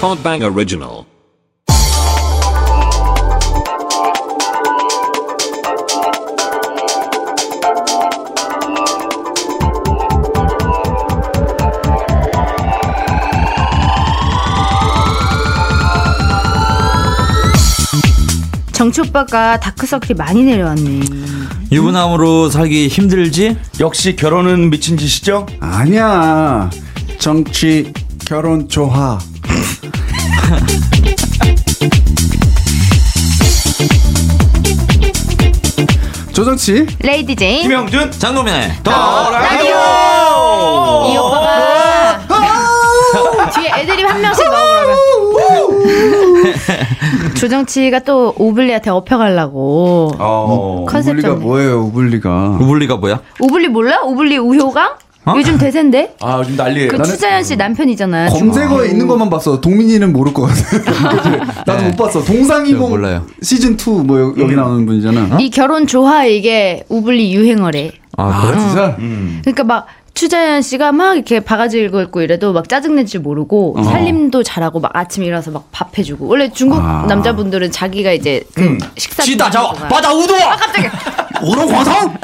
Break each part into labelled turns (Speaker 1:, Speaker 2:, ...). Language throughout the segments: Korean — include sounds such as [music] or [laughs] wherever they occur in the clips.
Speaker 1: Podbang Original.
Speaker 2: 정치 오빠가 다크서클이 많이 내려왔네.
Speaker 3: 유부남으로 살기 힘들지?
Speaker 4: 역시 결혼은 미친 짓이죠?
Speaker 5: 아니야. 정치 결혼 조화. [laughs] 조정치
Speaker 2: 레이디 제인.
Speaker 4: 김영준
Speaker 3: 장동민의
Speaker 2: 이 오빠가 뒤에 애들이 한 명씩 넣어 그러면 [laughs] 조정치가 또 오블리한테 업혀가려고
Speaker 4: 어.
Speaker 2: 컨셉
Speaker 5: 우블리가
Speaker 2: 잡네
Speaker 5: 뭐예요? 우블리가.
Speaker 3: 루블리가 뭐야?
Speaker 2: 오블리 몰라? 오블리 우효강?
Speaker 5: 어?
Speaker 2: 요즘 대세인데?
Speaker 4: 아 요즘 난리예요.
Speaker 2: 그
Speaker 4: 나-
Speaker 2: 추자연 씨 남편이잖아
Speaker 5: 검색어에 있는 것만 봤어. 동민이는 모를 것
Speaker 3: [laughs]
Speaker 5: 같아. 나도
Speaker 3: 네.
Speaker 5: 못 봤어. 동상이공 뭐
Speaker 3: 저 몰라요. 음.
Speaker 5: 시즌 2뭐 여기 나오는 분이잖아.
Speaker 2: 이 결혼 조화 이게 오블리 유행어래
Speaker 3: 아, 그래?
Speaker 5: 진짜?
Speaker 2: 그러니까 막 추자연 씨가 막 이렇게 바가지 일고 있고 이래도 막 짜증낼 줄 모르고 살림도 잘하고 막 아침에 일어나서 막 밥 해주고 원래 중국
Speaker 5: 아.
Speaker 2: 남자분들은 자기가 이제 그 식사
Speaker 3: 지다 자
Speaker 2: 준비하는 아, 동안
Speaker 3: 바다 우도
Speaker 5: 오로 과성?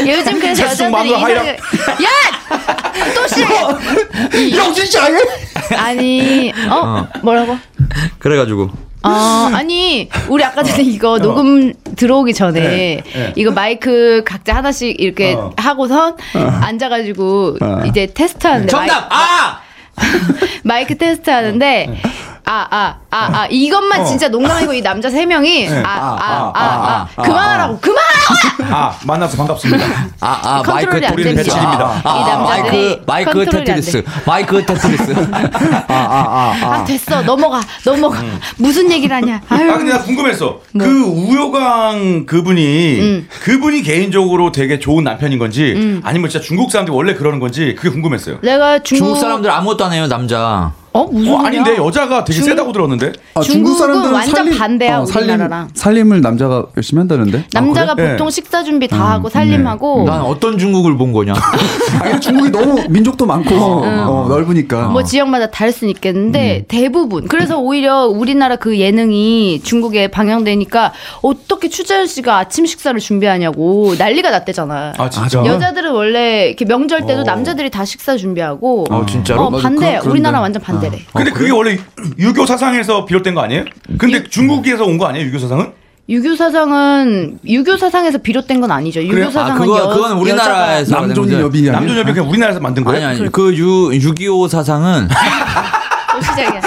Speaker 2: 요즘 그래서
Speaker 4: 자숙
Speaker 2: 여자들이
Speaker 4: 마누라 하이라-
Speaker 2: 이상하게 야! 또 시작해!
Speaker 5: 영진 씨 아니야?
Speaker 2: 아니 어? 뭐라고?
Speaker 3: 그래가지고
Speaker 2: 어 아니 우리 아까 전에 이거 녹음 들어오기 전에 이거 마이크 각자 하나씩 이렇게
Speaker 4: 어.
Speaker 2: 하고선 앉아가지고 이제 테스트하는데
Speaker 3: 정답 아
Speaker 2: 마이크 테스트 하는데 아 아 아 아 이것만 진짜 농담이고 이 남자 세 명이 아 아 아 아 그만하라고 그만하라고
Speaker 4: 아 만나서 반갑습니다.
Speaker 3: 아, 아,
Speaker 2: 컨트롤이
Speaker 3: 마이크
Speaker 2: 안
Speaker 3: 테트리스.
Speaker 4: 됩니다.
Speaker 3: 아, 아, 아,
Speaker 2: 이 남자들이
Speaker 3: 마이크, 마이크
Speaker 2: 컨트롤이 안
Speaker 3: 테트리스.
Speaker 2: [laughs]
Speaker 3: 마이크 테트리스.
Speaker 2: 아 됐어 넘어가 넘어가 무슨 얘기를 하냐 [laughs] 아유 뭐?
Speaker 4: 아 근데 나 궁금했어. 그 우효광 그분이
Speaker 2: 음.
Speaker 4: 그분이 개인적으로 되게 좋은 남편인 건지 아니면 진짜 중국 사람들이 원래 그러는 건지 그게 궁금했어요.
Speaker 2: 내가 중국,
Speaker 3: 중국 사람들 아무것도 안 해요, 남자.
Speaker 2: 어 무슨
Speaker 4: 어
Speaker 2: 소리야?
Speaker 4: 아닌데 여자가 되게 세다고 들었는데.
Speaker 5: 아,
Speaker 2: 중국은 완전 반대야, 우리나라랑.
Speaker 5: 어, 살림을 남자가 열심히 한다는데. 아,
Speaker 2: 남자가
Speaker 4: 그래?
Speaker 2: 보통
Speaker 4: 네.
Speaker 2: 식사 준비 다 하고 살림하고
Speaker 3: 난 어떤 중국을 본
Speaker 2: [laughs]
Speaker 3: 거냐?
Speaker 5: 아, 근데 중국이 너무 민족도 많고 어, 넓으니까.
Speaker 2: 뭐 지역마다 다를 수는 있겠는데 대부분 그래서 오히려 우리나라 그 예능이 중국에 방영되니까 어떻게 추자연 씨가 아침 식사를 준비하냐고 난리가 났대잖아.
Speaker 4: 아 진짜.
Speaker 2: 여자들은 원래 이렇게 명절 때도 남자들이 다 식사 준비하고
Speaker 5: 음.
Speaker 3: 아, 진짜로?
Speaker 2: 어,
Speaker 5: 맞아.
Speaker 2: 반대
Speaker 5: 그런- 그런데.
Speaker 2: 우리나라 완전 반대래.
Speaker 4: 근데 어. 그게 원래 유교 사상에서 비롯된 거 아니에요? 근데
Speaker 2: 예.
Speaker 4: 중국에서 온 거 아니에요? 유교 사상은?
Speaker 2: 유교 사상은 유교 사상에서 비롯된 건 아니죠. 유교
Speaker 4: 그래요? 아,
Speaker 2: 사상은
Speaker 3: 아, 그거,
Speaker 2: 여,
Speaker 3: 그건
Speaker 2: 여자가-
Speaker 3: 우리나라에서.
Speaker 5: 남종이
Speaker 3: 문제-
Speaker 5: 여비 아니야?
Speaker 4: 남존협이 그냥 우리나라에서 만든
Speaker 3: 아니,
Speaker 4: 거예요?
Speaker 3: 아니, 그 유, 6.25 사상은
Speaker 2: 또 시작이야.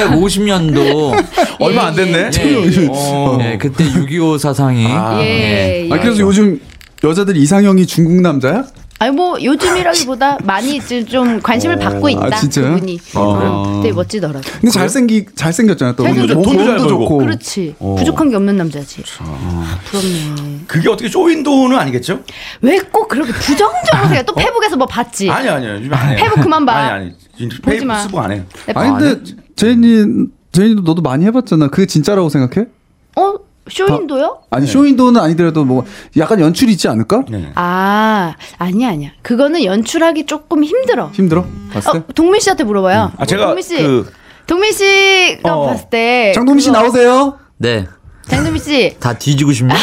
Speaker 2: [laughs]
Speaker 3: 1950년도.
Speaker 4: 얼마 안 됐네.
Speaker 3: 예,
Speaker 4: 어.
Speaker 3: 예, 그때 6.25 사상이.
Speaker 2: 예, 예.
Speaker 5: 아 그래서 요즘 여자들 이상형이 중국 남자야?
Speaker 2: 아니 뭐 요즘이라기보다 많이 이제 좀 관심을 받고 있다.
Speaker 5: 아, 진짜요?
Speaker 2: 그분이
Speaker 5: 아,
Speaker 2: 어,
Speaker 5: 그래요?
Speaker 2: 되게 멋지더라고.
Speaker 5: 근데 잘생기 잘생겼잖아 또.
Speaker 2: 잘생겼죠.
Speaker 5: 몸-
Speaker 4: 돈도 잘
Speaker 5: 몸도
Speaker 4: 벌고.
Speaker 5: 좋고. 어.
Speaker 2: 그렇지. 부족한 게 없는 남자지. 아, 부럽네.
Speaker 4: 그게 어떻게 쇼윈도우는 아니겠죠?
Speaker 2: 왜 꼭 그렇게 부정적으로 생각?
Speaker 5: 어?
Speaker 2: 또 페북에서 뭐 봤지?
Speaker 4: 아니 아니요. 요즘 안 해요.
Speaker 2: 페북 그만 봐.
Speaker 4: 아니 아니. 진짜
Speaker 2: 보지
Speaker 4: 페이북
Speaker 2: 마.
Speaker 4: 쓰고 안 해요.
Speaker 2: 네,
Speaker 5: 아니 근데 제니 제니도 너도 많이 해봤잖아. 그게 진짜라고 생각해?
Speaker 2: 어 쇼인도요?
Speaker 5: 아니 쇼윈도는 아니더라도 뭐 약간 연출이 있지 않을까?
Speaker 4: 네.
Speaker 2: 아 아니야 아니야. 그거는 연출하기 조금 힘들어.
Speaker 5: 힘들어? 봤을 때?
Speaker 2: 어, 동민 씨한테 물어봐요.
Speaker 5: 음.
Speaker 4: 아, 제가
Speaker 2: 동민 씨.
Speaker 4: 그-
Speaker 2: 동민 씨가
Speaker 4: 어.
Speaker 2: 봤을 때
Speaker 5: 장동민 씨
Speaker 2: 그거-
Speaker 5: 나오세요.
Speaker 3: 네.
Speaker 2: 장동민 씨
Speaker 3: 다 뒤지고 싶냐?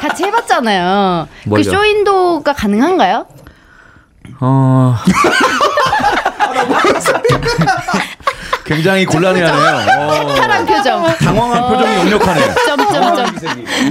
Speaker 2: 같이 해봤잖아요. 그
Speaker 3: 뭘요?
Speaker 2: 쇼인도가 가능한가요?
Speaker 3: 어,
Speaker 4: [laughs] 굉장히 곤란해하네요. 어.
Speaker 2: 사람 표정. 어.
Speaker 4: 당황한 표정이 역력하네요.
Speaker 2: 점점점.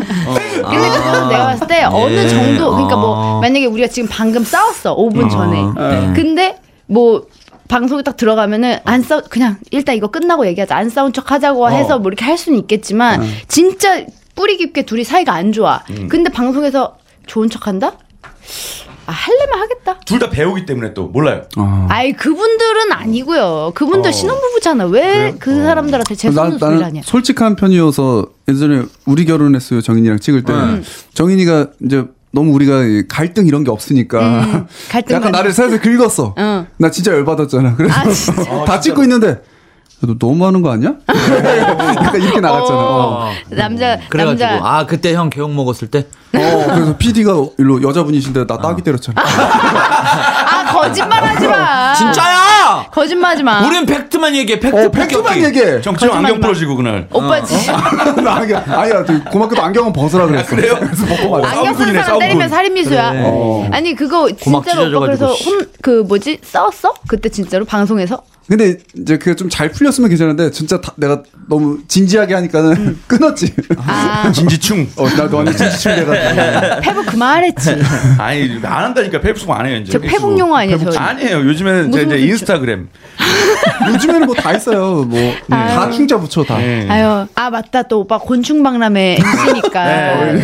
Speaker 2: 근데 그거는 내가 봤을 때 어느
Speaker 3: 아. 예.
Speaker 2: 정도 그러니까
Speaker 3: 아.
Speaker 2: 뭐 만약에 우리가 지금 방금 싸웠어 5분 전에
Speaker 3: 네.
Speaker 2: 근데 뭐 방송에 딱 들어가면은 안 싸우 그냥 일단 이거 끝나고 얘기하자 안 싸운 척
Speaker 3: 어.
Speaker 2: 하자고 해서 뭐 이렇게 할 수는 있겠지만
Speaker 3: 네.
Speaker 2: 진짜 뿌리 깊게 둘이 사이가 안 좋아
Speaker 3: 음.
Speaker 2: 근데 방송에서 좋은 척 한다 아 할래면 하겠다
Speaker 4: 둘 다 배우기 때문에 또 몰라요.
Speaker 3: 어.
Speaker 2: 아이 그분들은 아니고요 그분들 신혼부부잖아 왜 그
Speaker 3: 어.
Speaker 2: 사람들한테
Speaker 5: 나,
Speaker 2: 재수없는 소리를
Speaker 5: 나는
Speaker 2: 하냐
Speaker 5: 솔직한 편이어서 예전에 우리 결혼했어요 정인이랑 찍을 때
Speaker 2: 네.
Speaker 5: 정인이가 이제 너무 우리가 이 갈등 이런 게 없으니까
Speaker 2: 음,
Speaker 5: [laughs]
Speaker 2: 갈등
Speaker 5: 약간
Speaker 2: 많이-
Speaker 5: 나를 살살 긁었어.
Speaker 2: 응.
Speaker 5: 나 진짜 열받았잖아. 그래서
Speaker 2: 아, 진짜.
Speaker 5: [laughs] 다 찍고 있는데 너 너무 하는 거
Speaker 2: [laughs]
Speaker 5: 아니야? 약간 이렇게 나갔잖아. 어.
Speaker 2: 어, 남자
Speaker 3: 그래가지고.
Speaker 2: 남자 네.
Speaker 3: 아, 그때 형 개욕 먹었을
Speaker 2: [laughs]
Speaker 3: 때?
Speaker 5: 어, 그래서 PD가 일로 여자분이신데 나 따기 때렸잖아.
Speaker 2: 아 거짓말하지 마.
Speaker 3: [laughs] 진짜야!
Speaker 2: 거짓말하지 마.
Speaker 3: 우린 팩트만 얘기해. 팩트
Speaker 5: 어,
Speaker 3: 팩트
Speaker 5: 팩트만
Speaker 3: 없기.
Speaker 5: 얘기해.
Speaker 4: 정치형
Speaker 2: 네. 거짓말이다. 어,
Speaker 4: 안경 부러지고 그날.
Speaker 2: 오빠
Speaker 3: 어.
Speaker 2: 진짜
Speaker 5: [laughs] 나 안경, 아니야, 그 고맙게도 안경은
Speaker 2: 아,
Speaker 5: 벗으라 그랬어.
Speaker 4: 그래요?
Speaker 5: 그래서 벗고
Speaker 2: [laughs]
Speaker 5: 왔어.
Speaker 2: 안경 쓴
Speaker 4: 싸움꾼이네,
Speaker 2: 사람 때리면
Speaker 4: 싸움꾼.
Speaker 2: 살인미수야.
Speaker 3: 그래.
Speaker 5: 어.
Speaker 2: 아니 그거
Speaker 3: 고막
Speaker 2: 진짜로 오빠
Speaker 3: 찢어져가지고,
Speaker 2: 그래서
Speaker 3: 씨.
Speaker 2: 혼, 그 뭐지 싸웠어? 그때 진짜로 방송에서?
Speaker 5: 근데 이제 그게 좀 잘 풀렸으면 괜찮은데 진짜 다- 내가 너무 진지하게 하니까는
Speaker 2: 음.
Speaker 5: 끊었지.
Speaker 3: [laughs]
Speaker 2: 아
Speaker 4: 진지충.
Speaker 5: 어, 나 너한테 진지충
Speaker 2: 네.
Speaker 5: 돼가지고.
Speaker 2: 페북 그만했지.
Speaker 4: [laughs] 아니 안 한다니까 페북 안 해요 이제.
Speaker 2: 저 페북 용어 아니에요, 저.
Speaker 4: 아니에요. 요즘에는 이제,
Speaker 2: 무슨
Speaker 4: 이제
Speaker 2: 소리죠?
Speaker 4: 인스타그램.
Speaker 5: 요즘에는 뭐 다 있어요. 뭐
Speaker 2: 아.
Speaker 5: 다 충자 붙여 다.
Speaker 3: 네.
Speaker 4: 예.
Speaker 2: 아유 아 맞다 또 오빠 곤충박람회 MC니까
Speaker 4: 네.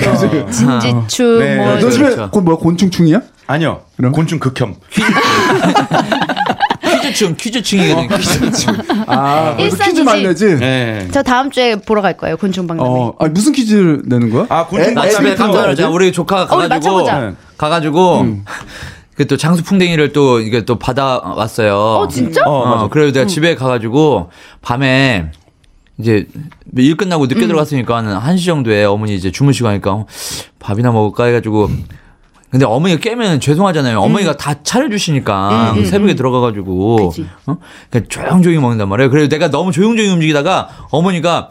Speaker 2: 아. 진지추
Speaker 4: 네.
Speaker 2: 뭐
Speaker 5: 너
Speaker 4: 그렇죠.
Speaker 5: 요즘에 그 뭐야 곤충충이야?
Speaker 4: 아니요.
Speaker 5: 그럼?
Speaker 2: [laughs]
Speaker 4: 곤충 극혐.
Speaker 3: 퀴즈층 퀴즈층이거든.
Speaker 5: 아, 그래서
Speaker 2: 일산이지.
Speaker 5: 퀴즈 만내지.
Speaker 4: 예.
Speaker 2: 저 다음 주에 보러 갈 거예요 곤충박람회.
Speaker 5: 어, 아니, 무슨 퀴즈를 내는 거야?
Speaker 4: 아, 곤충
Speaker 5: 애-
Speaker 4: 나
Speaker 3: 나
Speaker 5: 애-
Speaker 4: 집에
Speaker 3: 집에
Speaker 5: 애-
Speaker 3: 감자를 자 우리 조카
Speaker 2: 어, 우리
Speaker 3: 가가지고
Speaker 2: 맞춰보자.
Speaker 3: 가가지고 그 또 장수풍뎅이를 또 이게 또 받아 왔어요.
Speaker 2: 어, 진짜? 음.
Speaker 3: 어,
Speaker 4: 맞아.
Speaker 3: 그래서 내가 집에 가가지고 밤에 이제 일 끝나고
Speaker 2: 음.
Speaker 3: 늦게 들어갔으니까 한1시 정도에 어머니 이제 주무시고 하니까 어, 밥이나 먹을까 해가지고 근데 어머니가 깨면 죄송하잖아요.
Speaker 2: 음.
Speaker 3: 어머니가 다 차려주시니까 그 새벽에 들어가가지고
Speaker 2: 그치.
Speaker 3: 어? 그냥 조용조용히 먹는단 말이에요. 그래서 내가 너무 조용조용히 움직이다가 어머니가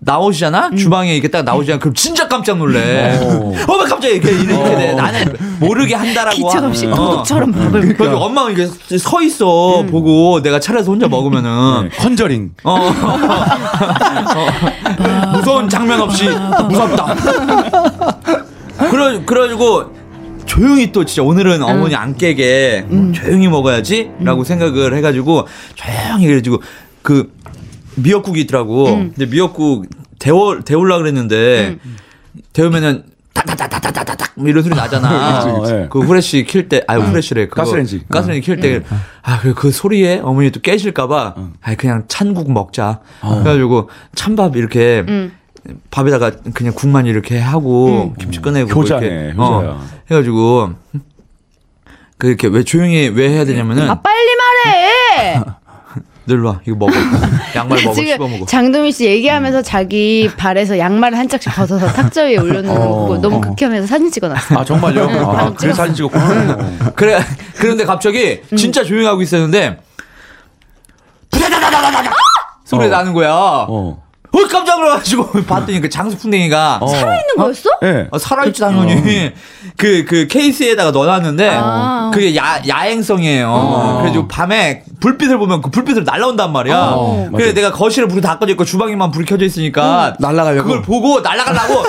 Speaker 3: 나오시잖아
Speaker 2: 음.
Speaker 3: 주방에 이렇게 딱 나오시잖아 그럼 진짜 깜짝 놀래 [laughs] 어머 갑자기 이렇게 이렇게 돼 나는 모르게 한다라고
Speaker 2: 기척 없이
Speaker 3: 하는. 어. 그러니까.
Speaker 2: 도둑처럼 음. 밥을 먹-
Speaker 3: 그래서 엄마가 이렇게 서 있어 보고 내가 차려서 혼자
Speaker 2: 음.
Speaker 3: 먹으면은
Speaker 4: 컨저링.
Speaker 3: 어. 어. 무서운 장면 없이 무섭다. 그러 그러고 조용히 또 진짜 오늘은 어머니 안 깨게 조용히 먹어야지라고 생각을 해가지고 조용히 그래가지고 그 미역국이 있더라고. 근데 미역국 데워 데울라 그랬는데 데우면은 다다다다다다닥 이런 소리 나잖아.
Speaker 4: 그치, 그치.
Speaker 3: 그 후레쉬 킬 때, 아유 후레쉬래. 그거.
Speaker 4: 가스레인지.
Speaker 3: 가스레인지 킬 때, 아, 그, 그 소리에 어머니 또 깨실까봐, 아, 그냥 찬국 먹자.
Speaker 4: 어.
Speaker 3: 그래가지고 찬밥 이렇게 밥에다가 그냥 국만 이렇게 하고 김치 꺼내고 뭐
Speaker 4: 효자네,
Speaker 3: 이렇게 어.
Speaker 4: 효자야.
Speaker 3: 해가지고 그 이렇게 왜 조용히 왜 해야 되냐면은
Speaker 2: 아 빨리 말해.
Speaker 3: 늘로 와 이거
Speaker 2: [laughs]
Speaker 3: 먹어 양말 먹어 씹어
Speaker 2: 아,
Speaker 3: 먹어.
Speaker 2: 지금 장동민 씨 얘기하면서 자기 발에서 양말을 한 짝씩 벗어서 탁자 위에 올려놓는 거 보고 너무 극혐해서 사진 찍어놨어요.
Speaker 4: 아 정말요?
Speaker 2: 응,
Speaker 4: 아,
Speaker 2: 방금
Speaker 4: 그래서 사진 찍었구나.
Speaker 3: 그래 그런데 갑자기 진짜 조용히 하고 있었는데 부다다다다다다 소리 가
Speaker 4: 어.
Speaker 3: 나는 거야. 어.
Speaker 4: 어.
Speaker 3: 깜짝 놀라가지고 [laughs] 봤더니 그 장수풍뎅이가
Speaker 2: 있는 거였어?
Speaker 4: 예.
Speaker 3: 아, 살아있지 당연히 그 그 케이스에다가 넣어놨는데
Speaker 2: 아.
Speaker 3: 그게 야 야행성이에요. 그래가지고 밤에 불빛을 보면 그 불빛으로 날라온단 말이야.
Speaker 4: 어,
Speaker 3: 그래
Speaker 4: 맞아.
Speaker 3: 내가 거실에 불이 다 꺼져 있고 주방에만 불이 켜져 있으니까
Speaker 5: 날아가려고?
Speaker 3: 그걸 보고 날아가려고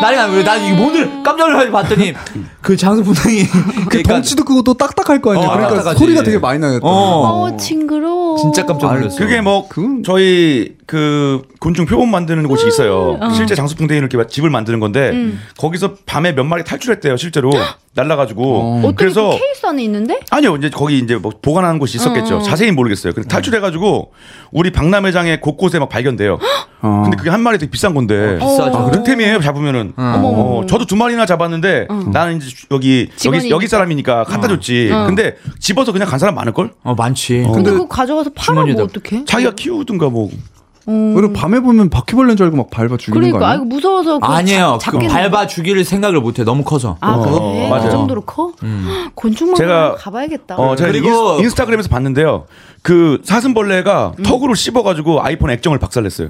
Speaker 3: 날아가 그래 난 이게 뭔들 깜짝 놀라서 봤더니 그 장수분당이
Speaker 5: 그 덩치도 크고 또 딱딱할 거 아니야.
Speaker 3: 어,
Speaker 5: 그러니까
Speaker 3: 딱딱하지.
Speaker 5: 소리가 되게 많이 나겠다.
Speaker 3: 어.
Speaker 2: 어 징그러워.
Speaker 3: 진짜 깜짝 놀랐어.
Speaker 4: 그게 뭐 저희 그 곤충 표본 만드는
Speaker 2: 음.
Speaker 4: 곳이 있어요. 실제 장수풍뎅이 이렇게 집을 만드는 건데 거기서 밤에 몇 마리 탈출했대요 실제로 날라가지고.
Speaker 2: 어떻게 그래서 케이스 안에 있는데?
Speaker 4: 아니요 이제 거기 이제 뭐 보관하는 곳이 있었겠죠. 자세히 는 모르겠어요. 근데 탈출해가지고 우리 박람회장의 곳곳에 막 발견돼요.
Speaker 5: 어.
Speaker 4: 근데 그게 한 마리 되게 비싼 건데.
Speaker 3: 비싸죠.
Speaker 4: 어, 득템이에요 잡으면은.
Speaker 2: 어머.
Speaker 4: 어, 저도 두 마리나 잡았는데 나는 이제 여기 여기
Speaker 2: 직원이니까.
Speaker 4: 여기 사람이니까 갖다 줬지. 근데 집어서 그냥 간 사람 많을 걸?
Speaker 3: 어 많지.
Speaker 2: 근데 그거 가져가서 팔아면 뭐
Speaker 3: 주머니에다-
Speaker 2: 어떡해?
Speaker 4: 자기가 키우든가 뭐.
Speaker 5: 음. 그리고 밤에 보면 바퀴벌레인 줄 알고 막 밟아 죽이는
Speaker 2: 그러니까
Speaker 5: 거 아니야?
Speaker 2: 아이고 무서워서 그거
Speaker 3: 아니에요.
Speaker 2: 잡-
Speaker 3: 그
Speaker 2: 잡겠는데.
Speaker 3: 밟아 죽일 생각을 못해 너무 커서.
Speaker 2: 아 그래?
Speaker 4: 맞아요.
Speaker 2: 그 정도로 커? 곤충만
Speaker 4: 제가-
Speaker 2: 가봐야겠다.
Speaker 4: 어, 제가
Speaker 3: 그리고-
Speaker 4: 인스, 인스타그램에서 봤는데요. 그 사슴벌레가 턱으로 씹어가지고 아이폰 액정을 박살냈어요.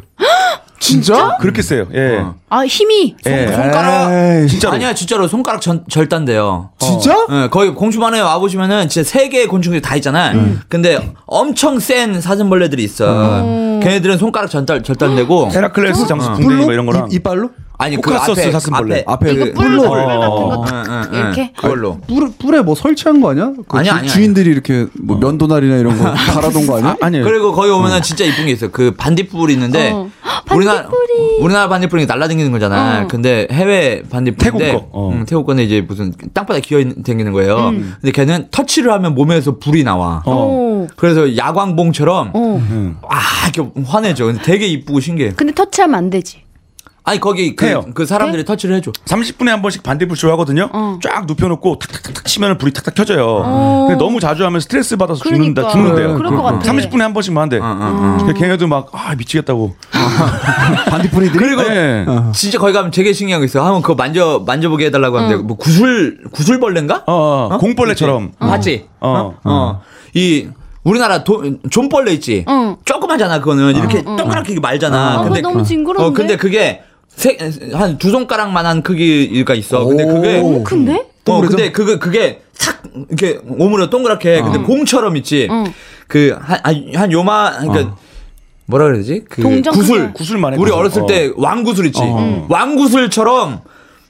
Speaker 5: 진짜?
Speaker 4: 그렇게 세요. 예.
Speaker 2: 아 힘이
Speaker 4: 예.
Speaker 3: 손가락-
Speaker 5: 에이,
Speaker 4: 진짜로.
Speaker 3: 아니야 진짜로 손가락 전, 절단돼요.
Speaker 5: 진짜?
Speaker 4: 어?
Speaker 3: 예, 거기 공주만에 와 보시면은 진짜 세 개의 곤충들이 다 있잖아.
Speaker 4: 음.
Speaker 3: 근데 엄청 센 사슴벌레들이 있어.
Speaker 4: 음.
Speaker 3: 걔네들은 손가락 절단 절단되고
Speaker 4: 헤라클레스 장수풍뎅이
Speaker 5: 뿔로?
Speaker 4: 뭐 이런 거랑
Speaker 5: 이, 이빨로?
Speaker 3: 아니
Speaker 4: 음.
Speaker 3: 그
Speaker 4: 코카소스 사슴벌레.
Speaker 5: 앞에
Speaker 2: 이거
Speaker 5: 그
Speaker 2: 뿔로
Speaker 5: 뿔로.
Speaker 2: 벌레 같은 거
Speaker 4: 어.
Speaker 2: 탁
Speaker 3: 예, 예.
Speaker 2: 이렇게
Speaker 3: 그걸로.
Speaker 4: 음.
Speaker 5: 뿔, 뿔에 뭐 설치한 거 아니야? 그
Speaker 3: 아니야,
Speaker 5: 주,
Speaker 3: 아니야,
Speaker 5: 주인들이 이렇게 뭐 면도날이나 이런 거 달아둔 거 아니야?
Speaker 4: 아니에요.
Speaker 3: 그리고 거기
Speaker 4: 음.
Speaker 3: 오면은 진짜 이쁜 게 있어요. 그 반딧불이 있는데 [gasps]
Speaker 2: 어.
Speaker 3: 우리나라 우리나라 반딧불이 날라다니는 거잖아. 근데 해외 반딧불인데
Speaker 4: 태국 거. 어.
Speaker 3: 음, 태국 거는 이제 무슨 땅바닥 기어 다니는 거예요.
Speaker 2: 음.
Speaker 3: 근데 걔는 터치를 하면 몸에서 불이 나와.
Speaker 4: 어.
Speaker 2: 오.
Speaker 3: 그래서 야광봉처럼
Speaker 2: 어.
Speaker 3: 아 이렇게 화내죠. 근데 되게 이쁘고 신기해.
Speaker 2: 근데 터치하면 안 되지.
Speaker 3: 아니 거기 그,
Speaker 4: 해요.
Speaker 3: 그 사람들이
Speaker 2: 네?
Speaker 3: 터치를 해줘.
Speaker 4: 30분에 한 번씩 반딧불 쇼 하거든요.
Speaker 2: 어.
Speaker 4: 쫙 눕혀놓고 탁탁탁탁 치면 불이 탁탁 켜져요. 근데 너무 자주 하면 스트레스 받아서
Speaker 2: 그러니까.
Speaker 4: 죽는다, 죽는데요.
Speaker 2: 그럴 것 같아.
Speaker 4: 30분에 한 번씩만 한대.
Speaker 5: 어,
Speaker 4: 근데 걔네도 막, 아, 미치겠다고.
Speaker 5: [laughs] 반딧불이들이? 네.
Speaker 3: 그리고
Speaker 4: 예.
Speaker 3: 진짜 거기 가면 되게 신기한 거 있어. 한번 그거 만져 만져보게 해달라고
Speaker 2: 어.
Speaker 3: 하는데 뭐 구슬 구슬벌레인가?
Speaker 4: 어, 어, 공벌레처럼.
Speaker 3: 봤지?
Speaker 4: 어.
Speaker 3: 어. 이 우리나라 돈 존벌레 있지.
Speaker 2: 응. 어,
Speaker 3: 조그마잖아 그거는 이렇게 동그랗게 말잖아.
Speaker 2: 아, 그거 너무 징그러운데?
Speaker 3: 어, 근데 그게 한 두 손가락만한 크기가 있어. 근데 그게
Speaker 5: 오.
Speaker 2: 너무 큰데?
Speaker 3: 어,
Speaker 5: 동그랗죠?
Speaker 3: 근데 그거 그게 탁 이렇게 오므려 동그랗게 근데 공처럼 있지. 그한한 요마 그러니까 뭐라 그러지? 그
Speaker 2: 동전
Speaker 3: 구슬
Speaker 2: 크기야.
Speaker 4: 구슬만 해도
Speaker 3: 우리
Speaker 4: 좀,
Speaker 3: 어렸을
Speaker 4: 어.
Speaker 3: 때 왕구슬 있지.
Speaker 5: 음.
Speaker 3: 왕구슬처럼